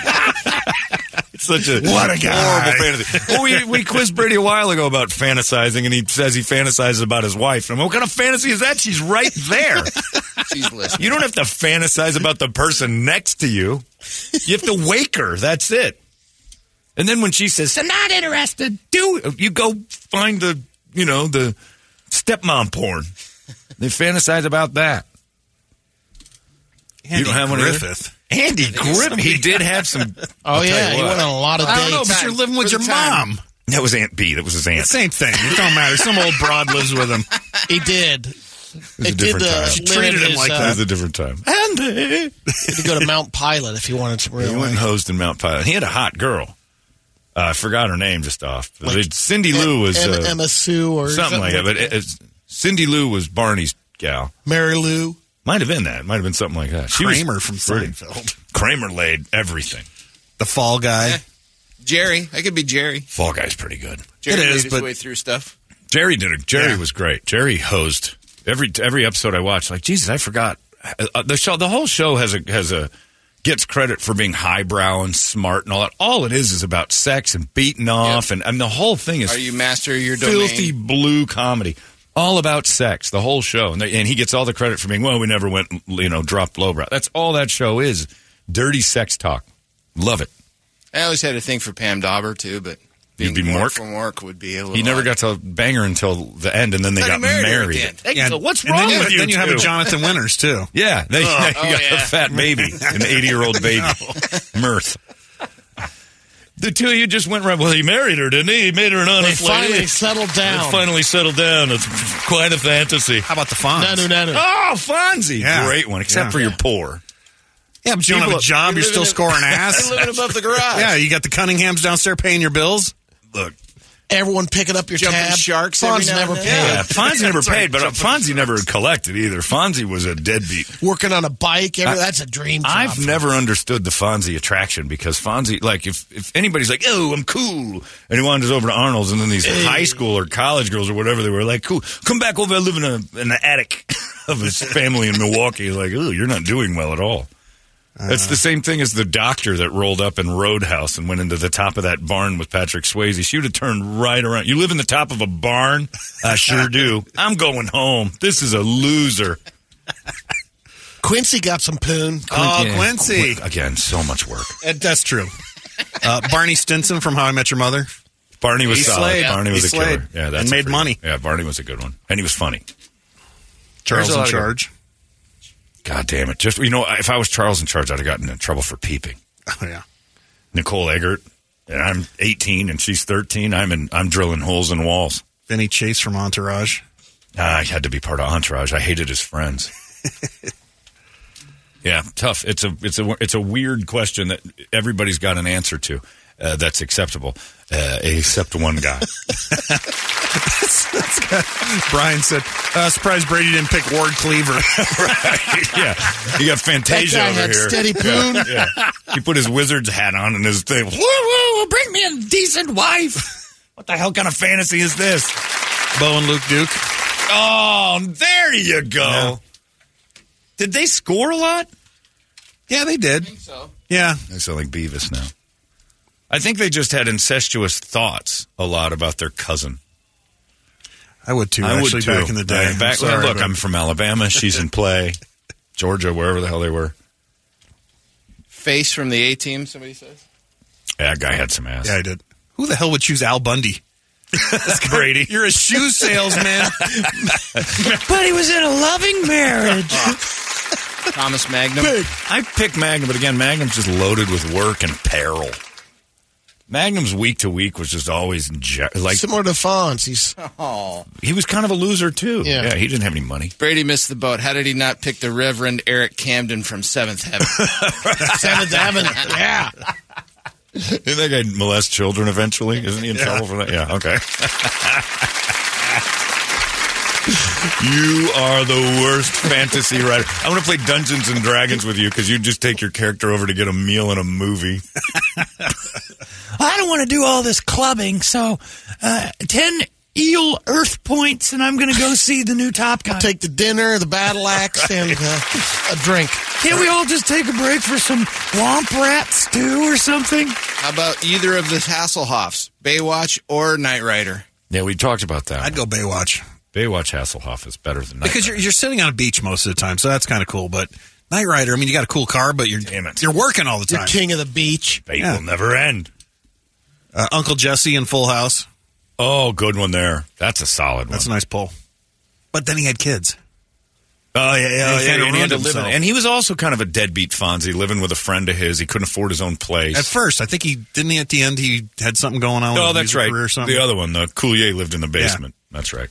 Speaker 9: I heard.
Speaker 3: It's such a
Speaker 6: What a guy.
Speaker 3: horrible fantasy. Well, we we quizzed Brady a while ago about fantasizing, and he says he fantasizes about his wife. And I'm like, what kind of fantasy is that? She's right there.
Speaker 9: She's listening.
Speaker 3: You don't have to fantasize about the person next to you. You have to wake her. That's it. And then when she says, "I'm not interested," do it. you go find the you know the stepmom porn? They fantasize about that. you don't have one either?
Speaker 6: Griffith.
Speaker 3: Andy Griffith. He did have some.
Speaker 4: Oh
Speaker 3: I'll tell
Speaker 4: yeah,
Speaker 3: you
Speaker 4: he
Speaker 3: what.
Speaker 4: went on a lot of
Speaker 6: I don't know,
Speaker 4: dates.
Speaker 6: but you're living with your mom.
Speaker 3: That was Aunt B. That was his aunt.
Speaker 6: Same thing. It don't matter. Some old broad lives with him.
Speaker 4: He did.
Speaker 3: was a
Speaker 4: It did.
Speaker 3: different
Speaker 4: Uh,
Speaker 3: time. She
Speaker 4: live
Speaker 6: treated
Speaker 4: in
Speaker 6: him
Speaker 4: his,
Speaker 6: like
Speaker 4: uh,
Speaker 3: That was a different time.
Speaker 6: And
Speaker 4: he had to go to Mount Pilot if he wanted to.
Speaker 3: He went
Speaker 4: Really.
Speaker 3: and hosed in Mount Pilot. He had a hot girl. Uh, I forgot her name just off.
Speaker 4: Like-
Speaker 3: Cindy Lou was
Speaker 4: and,
Speaker 3: uh,
Speaker 4: Emma Sue or
Speaker 3: something like that. But it, it's- Cindy Lou was Barney's gal.
Speaker 4: Mary Lou.
Speaker 3: Might have been that. Might have been something like that. She was
Speaker 6: Kramer from
Speaker 3: pretty.
Speaker 6: Seinfeld.
Speaker 3: Kramer laid everything.
Speaker 6: The Fall Guy.
Speaker 9: Jerry. I could be Jerry.
Speaker 3: Fall Guy's pretty good.
Speaker 9: Jerry
Speaker 6: It
Speaker 9: made
Speaker 6: is,
Speaker 9: his
Speaker 6: but-
Speaker 9: way through stuff.
Speaker 3: Jerry did it. Jerry
Speaker 6: Yeah.
Speaker 3: was great. Jerry hosed every every episode I watched. Like Jesus, I forgot uh, the show. The whole show has a has a gets credit for being highbrow and smart and all that. All it is is about sex and beating off, and and the whole thing is
Speaker 9: Are you master of your domain?
Speaker 3: filthy blue comedy. All about sex, the whole show, and, they, and he gets all the credit for being. Well, we never went, you know, dropped lowbrow. That's all that show is. Dirty sex talk. Love it.
Speaker 9: I always had a thing for Pam Dauber too, but
Speaker 3: You'd
Speaker 9: being
Speaker 3: be Mork?
Speaker 9: from Mork would be a little.
Speaker 3: He never got to bang her until the end, and then they
Speaker 9: But he
Speaker 3: got
Speaker 9: married her at
Speaker 3: married.
Speaker 9: the end. Hey, so what's
Speaker 6: and then
Speaker 9: wrong
Speaker 6: you,
Speaker 9: with
Speaker 6: have-
Speaker 9: you
Speaker 6: Then you have a
Speaker 9: two?
Speaker 6: Jonathan Winters too.
Speaker 3: Yeah, they,
Speaker 6: Ugh.
Speaker 3: they
Speaker 9: Oh,
Speaker 3: got a
Speaker 9: yeah.
Speaker 3: fat baby, an eighty-year-old baby, mirth. The two of you just went right. Well, he married her, didn't he? He made her an honest
Speaker 4: finally
Speaker 3: lady.
Speaker 4: settled down.
Speaker 3: They finally settled down. It's quite a fantasy.
Speaker 6: How about the Fonz?
Speaker 4: Nanu, nanu.
Speaker 3: Oh, Fonzie,
Speaker 6: Yeah.
Speaker 3: great one. Except
Speaker 6: Yeah.
Speaker 3: for you're poor.
Speaker 6: Yeah, but you
Speaker 3: People
Speaker 6: don't have a
Speaker 3: are-
Speaker 6: job. You're
Speaker 9: you're
Speaker 6: still
Speaker 9: living in-
Speaker 6: scoring ass.
Speaker 9: Living above the garage.
Speaker 6: yeah, you got the Cunninghams downstairs paying your bills.
Speaker 3: Look,
Speaker 4: Everyone picking up your
Speaker 9: Jumping
Speaker 4: tab.
Speaker 9: sharks every
Speaker 4: Fonz
Speaker 9: now and
Speaker 4: never
Speaker 9: then.
Speaker 4: paid.
Speaker 3: yeah, Fonzie never paid, but uh, Fonzie never collected either. Fonzie was a deadbeat.
Speaker 4: Working on a bike. Every, that's a dream job.
Speaker 3: I've never understood the Fonzie attraction because Fonzie, like, if, if anybody's like, oh, I'm cool, and he wanders over to Arnold's, and then these high school or college girls or whatever they were like, cool, come back over. I live in, a, in the attic of his family in Milwaukee. Like, oh, you're not doing well at all. It's the same thing as the doctor that rolled up in Roadhouse and went into the top of that barn with Patrick Swayze. She would have turned right around. You live in the top of a barn? I sure do. I'm going home. This is a loser.
Speaker 4: Quincy got some poon.
Speaker 6: Oh, Quincy.
Speaker 3: Again, so much work.
Speaker 6: Uh, That's true. Uh, Barney Stinson from How I Met Your Mother.
Speaker 3: Barney was
Speaker 6: He
Speaker 3: solid.
Speaker 6: slayed.
Speaker 3: Barney was
Speaker 6: He
Speaker 3: a killer.
Speaker 6: slayed.
Speaker 3: Yeah, that's
Speaker 6: And
Speaker 3: a
Speaker 6: made
Speaker 3: freak.
Speaker 6: money.
Speaker 3: Yeah, Barney was a good one, and he was funny. There's
Speaker 6: Charles
Speaker 3: a
Speaker 6: in
Speaker 3: lot of good-
Speaker 6: Charge.
Speaker 3: God damn it! Just you know, if I was Charles in charge, I'd have gotten in trouble for peeping.
Speaker 6: Oh yeah.
Speaker 3: Nicole Eggert, and I'm 18 and she's 13. I'm in. I'm drilling holes in walls.
Speaker 6: Vinny Chase from Entourage.
Speaker 3: I had to be part of Entourage. I hated his friends. yeah, tough. It's a it's a it's a weird question that everybody's got an answer to. Uh, that's acceptable, uh, except one guy.
Speaker 6: Brian said, uh, "Surprised Brady didn't pick Ward Cleaver."
Speaker 3: yeah, you got Fantasia
Speaker 4: That guy
Speaker 3: over
Speaker 4: had
Speaker 3: here.
Speaker 4: steady poon.
Speaker 3: Yeah. He put his wizard's hat on and his thing. Whoa, whoa, bring me a decent wife. What the hell kind of fantasy is this?
Speaker 6: Bo and Luke Duke.
Speaker 3: Oh, there you go.
Speaker 6: Yeah.
Speaker 3: Did they score a lot?
Speaker 6: Yeah, they did.
Speaker 9: So
Speaker 6: Yeah,
Speaker 3: They sound like Beavis now. I think they just had incestuous thoughts a lot about their cousin.
Speaker 6: I would too.
Speaker 3: I
Speaker 6: actually,
Speaker 3: would too.
Speaker 6: back in the day.
Speaker 3: Yeah, back-
Speaker 6: Sorry,
Speaker 3: look,
Speaker 6: but-
Speaker 3: I'm from Alabama. She's in play. Georgia, wherever the hell they were.
Speaker 9: face from the A team. Somebody says.
Speaker 3: That guy had some ass.
Speaker 6: Yeah, I did. Who the hell would choose Al Bundy?
Speaker 3: Brady.
Speaker 6: You're a shoe salesman.
Speaker 5: But he was in a loving marriage.
Speaker 9: Thomas Magnum.
Speaker 3: I pick Magnum, but again, Magnum's just loaded with work and peril. Magnum's week to week was just always in je- like
Speaker 4: Similar to Fonz. He's
Speaker 3: he was kind of a loser too.
Speaker 4: Yeah.
Speaker 3: he didn't have any money.
Speaker 9: Brady missed the boat. How did he not pick the Reverend Eric Camden from Seventh Heaven?
Speaker 4: seventh heaven. Yeah.
Speaker 3: Didn't that guy molest children eventually? Isn't he in trouble for that? Yeah, okay. you are the worst fantasy writer. I want to play Dungeons and Dragons with you because you just take your character over to get a meal and a movie.
Speaker 5: I don't want to do all this clubbing, so uh, 10 eel earth points, and I'm going to go see the new Top Gun.
Speaker 4: Take the dinner, the battle axe, and uh, a drink.
Speaker 5: Can't we all just take a break for some womp rat stew or something?
Speaker 9: How about either of the Hasselhoffs, Baywatch or Knight Rider?
Speaker 3: Yeah, we talked about that.
Speaker 6: I'd go Baywatch
Speaker 3: Baywatch Hasselhoff is better than Night
Speaker 6: because you're
Speaker 3: Rider.
Speaker 6: you're sitting on a beach most of the time, so that's kind of cool. But Night Rider, I mean, you got a cool car, but you're
Speaker 3: Damn it.
Speaker 6: you're working all the
Speaker 4: You're
Speaker 6: time.
Speaker 4: king of the beach.
Speaker 3: Fate
Speaker 6: Yeah.
Speaker 3: will never end.
Speaker 6: Uh, Uncle Jesse in Full House.
Speaker 3: Oh, good one there. That's a solid one.
Speaker 6: That's a nice pull. But then he had kids.
Speaker 3: Oh yeah, yeah,
Speaker 6: And he
Speaker 3: yeah.
Speaker 6: kinda
Speaker 3: and he had
Speaker 6: ruined
Speaker 3: to live in-
Speaker 6: himself.
Speaker 3: and he was also kind of a deadbeat Fonzie, living with a friend of his. He couldn't afford his own place.
Speaker 6: At first, I think he didn't. He at the end, he had something going on. with
Speaker 3: oh,
Speaker 6: his
Speaker 3: that's
Speaker 6: music
Speaker 3: right.
Speaker 6: Career or something.
Speaker 3: The other one, the Coulier, lived in the basement. That's right.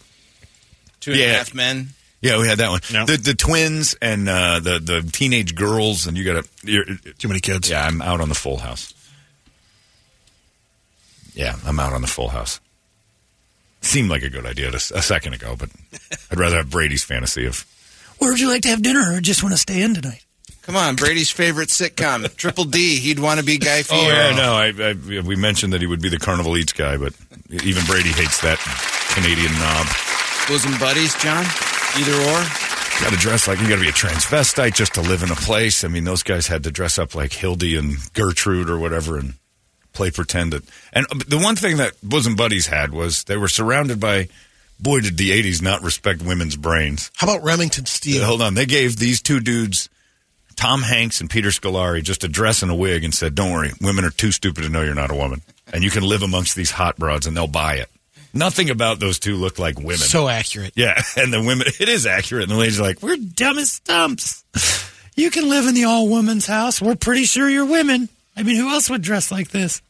Speaker 9: Two and a half
Speaker 3: Yeah.
Speaker 9: men.
Speaker 3: Yeah, we had that one.
Speaker 6: No.
Speaker 3: The the twins and uh, the the teenage girls, and you got to.
Speaker 6: Too many kids.
Speaker 3: Yeah, I'm out on the Full House. Yeah, I'm out on the Full House. Seemed like a good idea to, a second ago, but I'd rather have Brady's fantasy of
Speaker 5: Where would you like to have dinner or just want to stay in tonight?
Speaker 9: Come on, Brady's favorite sitcom, Triple D. He'd want to be Guy Fieri.
Speaker 3: Oh yeah, no. I, I, we mentioned that he would be the Carnival Eats guy, but even Brady hates that Canadian knob.
Speaker 9: Bosom buddies, John. Either or.
Speaker 3: Got to dress like you got to be a transvestite just to live in a place. I mean, those guys had to dress up like Hildy and Gertrude or whatever and play pretend that. And the one thing that bosom buddies had was they were surrounded by. Boy, did the '80s not respect women's brains.
Speaker 4: How about Remington Steele?
Speaker 3: Hold on, they gave these two dudes Tom Hanks and Peter Scolari just a dress and a wig and said, "Don't worry, women are too stupid to know you're not a woman, and you can live amongst these hot broads and they'll buy it." Nothing about those two looked like women.
Speaker 4: So accurate.
Speaker 3: yeah, and the women, it is accurate. And the ladies are like,
Speaker 5: We're dumb as stumps. You can live in the all woman's house. We're pretty sure you're women. I mean, who else would dress like this?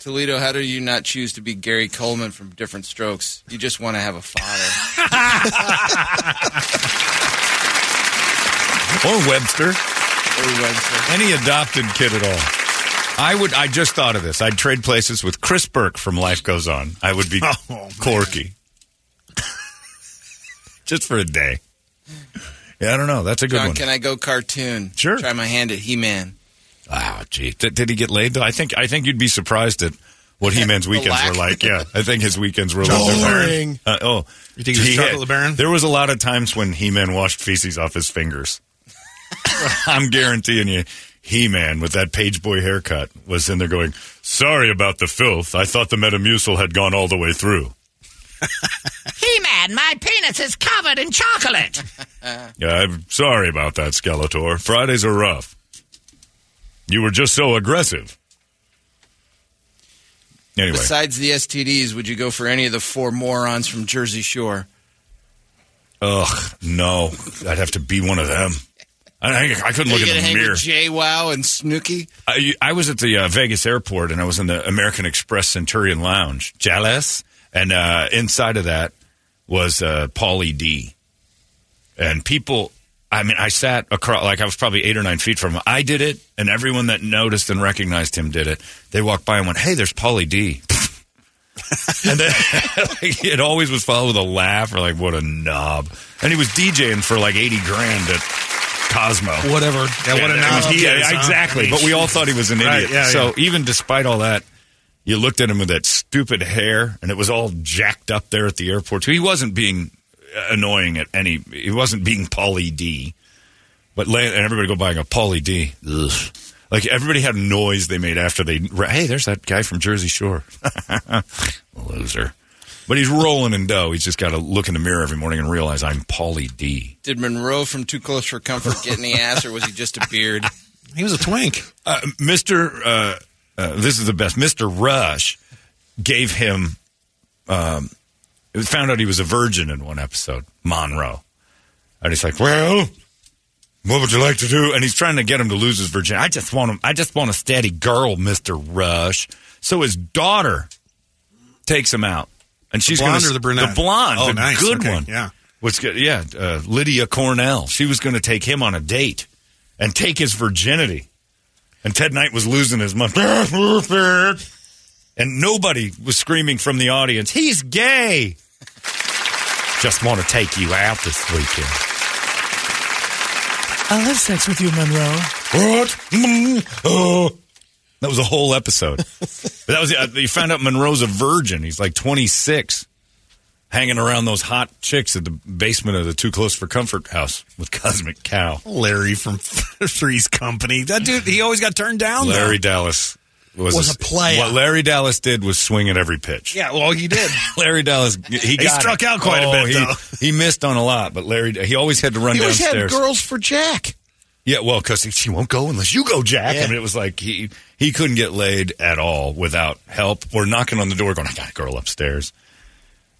Speaker 9: Toledo, how do you not choose to be Gary Coleman from Different Strokes? You just want to have a father.
Speaker 3: or Webster. Or
Speaker 9: Webster.
Speaker 3: Any adopted kid at all. I would. I just thought of this. I'd trade places with Chris Burke from Life Goes On. I would be Corky, just for a day. Yeah, I don't know. That's a good
Speaker 9: John,
Speaker 3: one.
Speaker 9: can I go cartoon?
Speaker 3: Sure.
Speaker 9: Try my hand at He Man.
Speaker 3: Wow, Ah, gee, did, did he get laid though? I think I think you'd be surprised at what He Man's weekends were
Speaker 9: lack.
Speaker 3: like. Yeah, I think his weekends were
Speaker 6: Chocolate
Speaker 3: a little
Speaker 6: Baron.
Speaker 3: Uh, oh,
Speaker 6: You think he was Chocolate
Speaker 3: had-
Speaker 6: Baron?
Speaker 3: There was a lot of times when He Man washed feces off his fingers. I'm guaranteeing you, He Man with that page boy haircut was in there going, "Sorry about the filth. I thought the Metamucil had gone all the way through."
Speaker 10: He-Man, my penis is covered in chocolate.
Speaker 3: Yeah, I'm sorry about that, Skeletor. Fridays are rough. You were just so aggressive. Anyway.
Speaker 9: Besides the STDs, would you go for any of the four morons from Jersey Shore?
Speaker 3: Ugh, no. I'd have to be one of them. I, I, I couldn't
Speaker 9: Are
Speaker 3: look in
Speaker 9: you gonna
Speaker 3: the
Speaker 9: hang
Speaker 3: mirror.
Speaker 9: with Jay Wow and Snooky?
Speaker 3: I, I was at the uh, Vegas airport and I was in the American Express Centurion Lounge, Jales, and uh, inside of that was uh, Paulie D. And people, I mean, I sat across, like I was probably eight or nine feet from him. I did it, and everyone that noticed and recognized him did it. They walked by and went, "Hey, there's Paulie D." and then like, it always was followed with a laugh or like, "What a knob!" And he was DJing for like eighty grand at Cosmo,
Speaker 4: Whatever.
Speaker 3: Yeah, what a knob!
Speaker 6: he is, huh?
Speaker 3: exactly.
Speaker 6: I mean,
Speaker 3: but we all thought he was an idiot.
Speaker 6: Right, yeah,
Speaker 3: so
Speaker 6: yeah.
Speaker 3: even despite all that, you looked at him with that stupid hair, and it was all jacked up there at the airport. too. He wasn't being uh, annoying at any. He wasn't being Pauly D. But la- and everybody go by and go Pauly D. Ugh. Like everybody had a noise they made after they. ra- Hey, there's that guy from Jersey Shore. Loser. But he's rolling in dough. He's just got to look in the mirror every morning and realize I'm Pauly D.
Speaker 9: Did Monroe from Too Close for Comfort get any ass, or was he just a beard?
Speaker 3: He was a twink. Uh, Mr. Uh, uh, this is the best. Mr. Rush gave him. Um, it was found out he was a virgin in one episode, Monroe. And he's like, "Well, what would you like to do?" And he's trying to get him to lose his virginity. I just want him. I just want a steady girl, Mister Rush. So his daughter takes him out, and she's
Speaker 6: blonde
Speaker 3: gonna,
Speaker 6: or the brunette?
Speaker 3: the blonde,
Speaker 6: Oh,
Speaker 3: the
Speaker 6: nice.
Speaker 3: good
Speaker 6: Okay,
Speaker 3: one.
Speaker 6: yeah.
Speaker 3: What's good? Yeah, uh, Lydia Cornell. She was going to take him on a date and take his virginity. And Ted Knight was losing his mind. And nobody was screaming from the audience, he's gay. Just want to take you out this weekend.
Speaker 5: I'll have sex with you, Monroe.
Speaker 3: What? Mm, oh. That was a whole episode. but that was uh, you found out Monroe's a virgin. He's like 26, hanging around those hot chicks at the basement of the Too Close for Comfort house with Cosmic Cow.
Speaker 6: Larry from Three's Company. That dude, he always got turned down. though.
Speaker 3: Larry Dallas was,
Speaker 6: Was a player.
Speaker 3: What Larry Dallas did was swing at every pitch.
Speaker 6: Yeah, well, he did.
Speaker 3: Larry Dallas, he, got it.
Speaker 6: struck out quite a
Speaker 3: Oh,
Speaker 6: bit,
Speaker 3: he,
Speaker 6: though.
Speaker 3: He missed on a lot, but Larry, he always had to run
Speaker 4: He always had
Speaker 3: downstairs.
Speaker 4: girls for Jack.
Speaker 3: Yeah, well, because she won't go unless you go, Jack.
Speaker 4: Yeah.
Speaker 3: I mean, it was like he he couldn't get laid at all without help or knocking on the door, going, "I got a girl upstairs.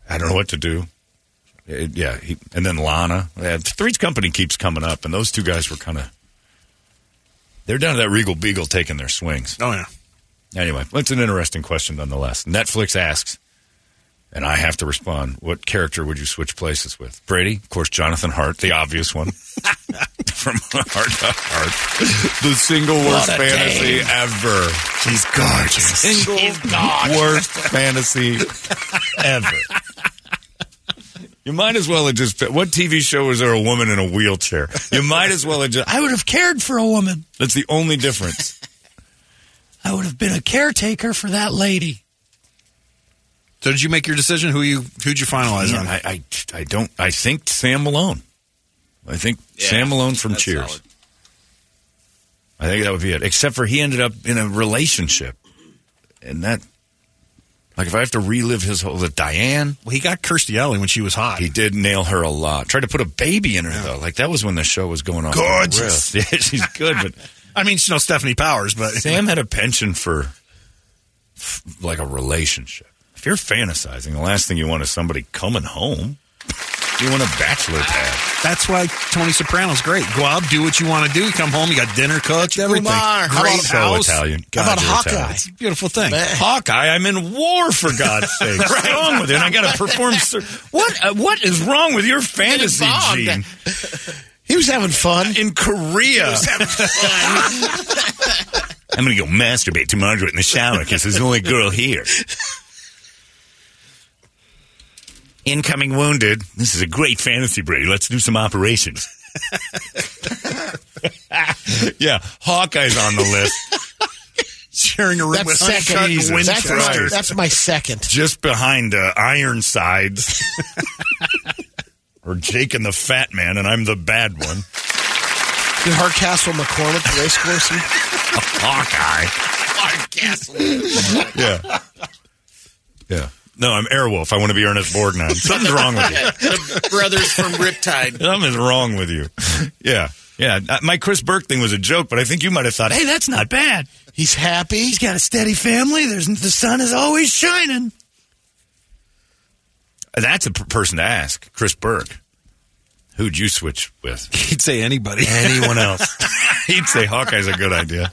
Speaker 3: I don't know what to do." It- yeah, he, and then Lana. Yeah, Three's Company keeps coming up, and those two guys were kind of they're down to that Regal Beagle taking their swings.
Speaker 6: Oh, yeah.
Speaker 3: Anyway, it's an interesting question nonetheless. Netflix asks, and I have to respond, what character would you switch places with? Brady, of course, Jonathan Hart, the obvious one. From heart to heart. The single worst
Speaker 4: What a
Speaker 3: fantasy
Speaker 4: dame.
Speaker 3: ever. She's gorgeous. Single worst fantasy ever. You might as well have just. What TV show is there a woman in a wheelchair? You might as well have just.
Speaker 5: I would have cared for a woman.
Speaker 3: That's the only difference.
Speaker 5: I would have been a caretaker for that lady.
Speaker 6: So did you make your decision? Who you who'd you finalize
Speaker 3: Man,
Speaker 6: on?
Speaker 3: I, I, I don't. I think Sam Malone. I think Sam Malone from
Speaker 9: that's
Speaker 3: Cheers.
Speaker 9: solid.
Speaker 3: I think that would be it. Except for he ended up in a relationship, and that Like if I have to relive his whole the Diane. Well, he got Kirstie Alley when she was hot. He did nail her a lot. Tried to put a baby in her though. Like that was when the show was going on.
Speaker 6: Gorgeous.
Speaker 3: Yeah, she's good, but I mean, she's no Stephanie Powers. But Sam had a penchant for f- like a relationship. If you're fantasizing, the last thing you want is somebody coming home. You want a bachelor pad.
Speaker 6: That's why Tony Soprano's great. Go out, do what you want to do. You come home, you got dinner cooked, everything.
Speaker 3: Umar. How
Speaker 6: Great
Speaker 3: about-
Speaker 6: house.
Speaker 3: So Italian.
Speaker 6: How
Speaker 3: God,
Speaker 6: about
Speaker 3: you're
Speaker 6: Hawkeye?
Speaker 3: Italian.
Speaker 6: It's a beautiful thing.
Speaker 3: Hawkeye, I'm in war for God's sake. What's
Speaker 6: Right.
Speaker 3: wrong with it? And I got to perform. Sur- what? Uh, what is wrong with your fantasy,
Speaker 4: Bob,
Speaker 3: Gene?
Speaker 4: He was having fun
Speaker 3: in Korea. I'm going to go masturbate to Margaret in the shower because there's the only girl here. Incoming wounded. This is a great fantasy break. Let's do some operations. yeah, Hawkeye's on the list. Sharing a room
Speaker 4: That's
Speaker 3: with
Speaker 4: second.
Speaker 3: Jesus
Speaker 4: That's my,
Speaker 3: Christ.
Speaker 4: that's my second.
Speaker 3: just behind uh, Ironsides or Jake and the Fat Man, and I'm the bad one.
Speaker 4: The Hardcastle McCormick race course.
Speaker 3: Hawkeye. Yeah. Yeah. No, I'm Airwolf. I want to be Ernest Borgnine. Something's wrong with you.
Speaker 9: the brothers from Riptide.
Speaker 3: Something's wrong with you. Yeah. Yeah. Uh, My Chris Burke thing was a joke, but I think you might have thought, hey,
Speaker 5: Hey, that's not bad.
Speaker 4: He's happy.
Speaker 5: He's got a steady family. There's the sun is always shining.
Speaker 3: that's a p- person to ask. Chris Burke. Who'd you switch with?
Speaker 6: He'd say anybody.
Speaker 3: Anyone else. He'd say Hawkeye's a good idea.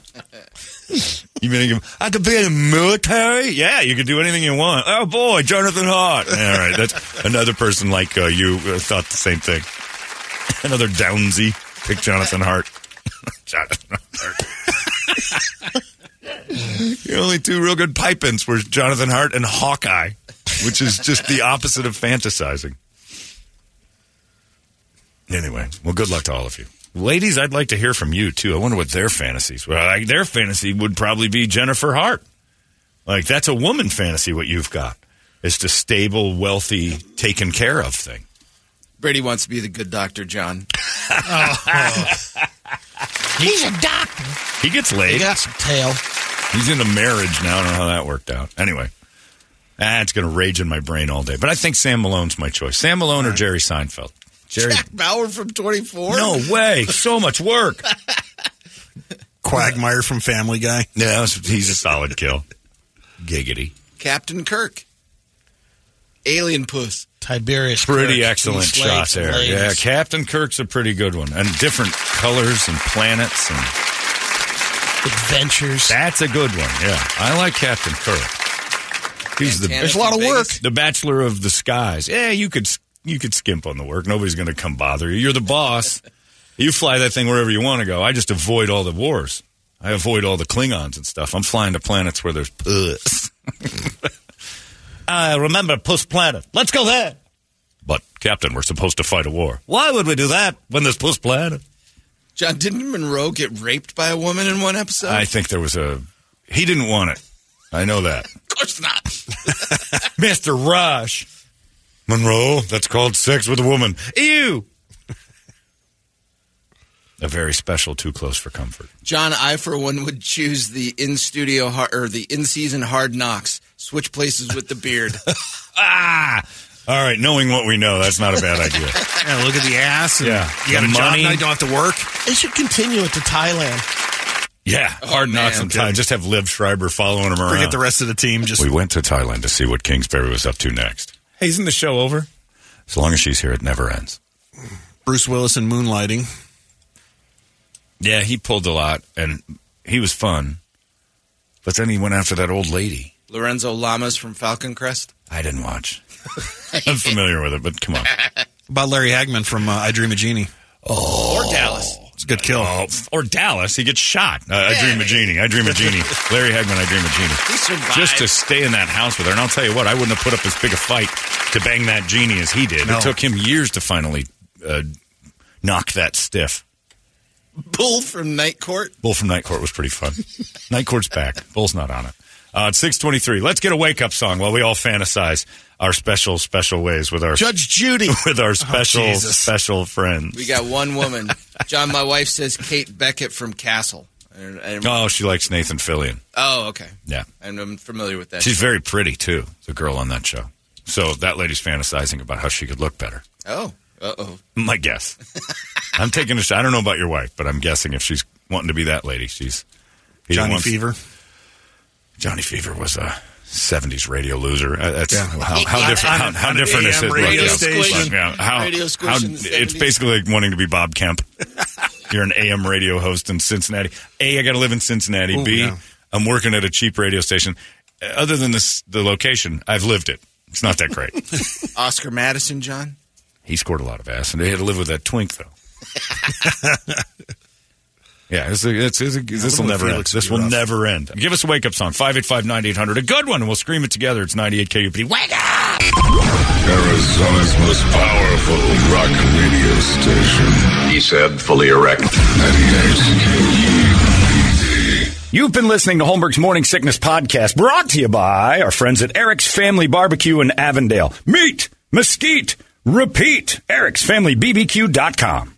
Speaker 3: You mean you- I could be in the military? Yeah, you could do anything you want. Oh boy, Jonathan Hart. All right, that's another person like uh, you uh, thought the same thing. Another Downsy. Pick Jonathan Hart. Jonathan Hart. the only two real good pipe ins were Jonathan Hart and Hawkeye, which is just the opposite of fantasizing. Anyway, well, good luck to all of you. Ladies, I'd like to hear from you too. I wonder what their fantasies were. Like, their fantasy would probably be Jennifer Hart. Like, that's a woman fantasy, what you've got is the stable, wealthy, taken care of thing.
Speaker 9: Brady wants to be the good doctor, John.
Speaker 4: He's a doctor.
Speaker 3: He gets laid.
Speaker 4: He got some tail.
Speaker 3: He's into marriage now. I don't know how that worked out. Anyway, ah, it's going to rage in my brain all day. But I think Sam Malone's my choice. Sam Malone or Jerry Seinfeld? Jerry.
Speaker 9: Jack Bauer from 24?
Speaker 3: No way. So much work.
Speaker 6: Quagmire from Family Guy.
Speaker 3: Yeah, he's a solid kill. Giggity.
Speaker 9: Captain Kirk. Alien Puss.
Speaker 4: Tiberius.
Speaker 3: Pretty
Speaker 4: Kirk.
Speaker 3: excellent
Speaker 4: He's
Speaker 3: shot
Speaker 4: late,
Speaker 3: there.
Speaker 4: late.
Speaker 3: Yeah, Captain Kirk's a pretty good one. And different colors and planets and
Speaker 4: adventures.
Speaker 3: That's a good one. Yeah, I like Captain Kirk. He's the
Speaker 9: Montana There's a lot of from work. Vegas.
Speaker 3: The Bachelor of the Skies. Yeah, you could you could skimp on the work. Nobody's going to come bother you. You're the boss. you fly that thing wherever you want to go. I just avoid all the wars. I avoid all the Klingons and stuff. I'm flying to planets where there's puss. I Uh, remember Puss Planet. Let's go there. But Captain, we're supposed to fight a war. Why would we do that when there's Puss Planet?
Speaker 9: John, didn't Monroe get raped by a woman in one episode?
Speaker 3: I think there was a. He didn't want it. I know that.
Speaker 9: of course not.
Speaker 3: Mr. Rush. Monroe, that's called sex with a woman. Ew. a very special too close for comfort.
Speaker 9: John, I for one would choose the in studio or the in season hard knocks. Switch places with the beard.
Speaker 3: Ah. All right, knowing what we know, that's not a bad idea.
Speaker 6: Yeah, look at the ass. And
Speaker 3: Yeah.
Speaker 6: You got
Speaker 3: The
Speaker 6: a job
Speaker 3: money.
Speaker 6: now, you don't have to work.
Speaker 4: They should continue it to Thailand.
Speaker 3: Yeah, hard knocks and time. Just have Liv Schreiber following him around.
Speaker 6: Forget the rest of the team. Just
Speaker 3: Uh-huh. We went to Thailand to see what Kingsbury was up to next. Hey, isn't the show over? As long as she's here, it never ends.
Speaker 6: Bruce Willis and moonlighting.
Speaker 3: Yeah, he pulled a lot, and he was fun. But then he went after that old lady.
Speaker 9: Lorenzo Lamas from Falcon Crest.
Speaker 3: I didn't watch. I'm familiar with it, but come on.
Speaker 6: About Larry Hagman from uh, I Dream a Genie.
Speaker 9: Or Dallas.
Speaker 6: It's a good kill.
Speaker 3: Oh, or Dallas, he gets shot. Uh, I dream a genie. I dream a genie. Larry Hagman, I dream a genie.
Speaker 9: He survived.
Speaker 3: Just to stay in that house with her, and I'll tell you what, I wouldn't have put up as big a fight to bang that genie as he did.
Speaker 6: No.
Speaker 3: It took him years to finally uh, knock that stiff.
Speaker 9: Bull from Night Court.
Speaker 3: Bull from Night Court was pretty fun. Night Court's back. Bull's not on it. Uh, it's 623. Let's get a wake-up song while we all fantasize our special, special ways with our
Speaker 4: Judge Judy.
Speaker 3: with our special,
Speaker 6: Jesus.
Speaker 3: special friends.
Speaker 9: We got one woman. John, my wife says Kate Beckett from Castle. I don't, I don't,
Speaker 3: Oh, she likes Nathan Fillion.
Speaker 9: Oh, okay.
Speaker 3: Yeah.
Speaker 9: And I'm familiar with that.
Speaker 3: She's very pretty, too, the girl on that show. So that lady's fantasizing about how she could look better.
Speaker 9: Oh, uh oh.
Speaker 3: My guess. I'm taking a shot. I don't know about your wife, but I'm guessing if she's wanting to be that lady, she's he
Speaker 6: Johnny
Speaker 3: wants-
Speaker 6: Fever.
Speaker 3: Johnny Fever was a '70s radio loser. Uh, That's
Speaker 6: Yeah.
Speaker 3: how, how different. How, how
Speaker 6: On an
Speaker 3: different is
Speaker 6: AM
Speaker 3: his
Speaker 6: radio
Speaker 3: look?
Speaker 6: station.
Speaker 3: Yeah. How,
Speaker 6: Radio
Speaker 3: how,
Speaker 6: station in the
Speaker 3: it's
Speaker 6: 70s.
Speaker 3: basically like wanting to be Bob Kemp. You're an AM radio host in Cincinnati. A, I got to live in Cincinnati.
Speaker 6: Ooh,
Speaker 3: B,
Speaker 6: yeah.
Speaker 3: am working at a cheap radio station. Uh, Other than this, the location, I've lived it. It's not that great.
Speaker 9: Oscar Madison, John.
Speaker 3: He scored a lot of ass, and they had to live with that twink, though. yeah, it's a, it's, it's a, this will
Speaker 6: know if
Speaker 3: never end.
Speaker 6: Felix would
Speaker 3: This
Speaker 6: be
Speaker 3: will
Speaker 6: rough.
Speaker 3: never end. Give us a wake up song 585 9800. A good one, and we'll scream it together. It's 98 KUP. Wake up!
Speaker 2: Arizona's most powerful rock radio station. He said, fully erect. 98
Speaker 11: You've been listening to Holmberg's Morning Sickness Podcast, brought to you by our friends at Eric's Family Barbecue in Avondale. Meet, mesquite, repeat. Eric'sFamilyBBQ.com.